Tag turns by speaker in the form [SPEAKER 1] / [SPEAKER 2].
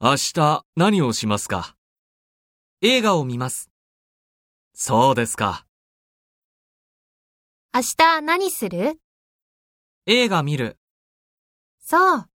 [SPEAKER 1] 明日何をしますか
[SPEAKER 2] 映画を見ます。
[SPEAKER 1] そうですか。
[SPEAKER 3] 明日何する
[SPEAKER 2] 映画見る。
[SPEAKER 3] そう。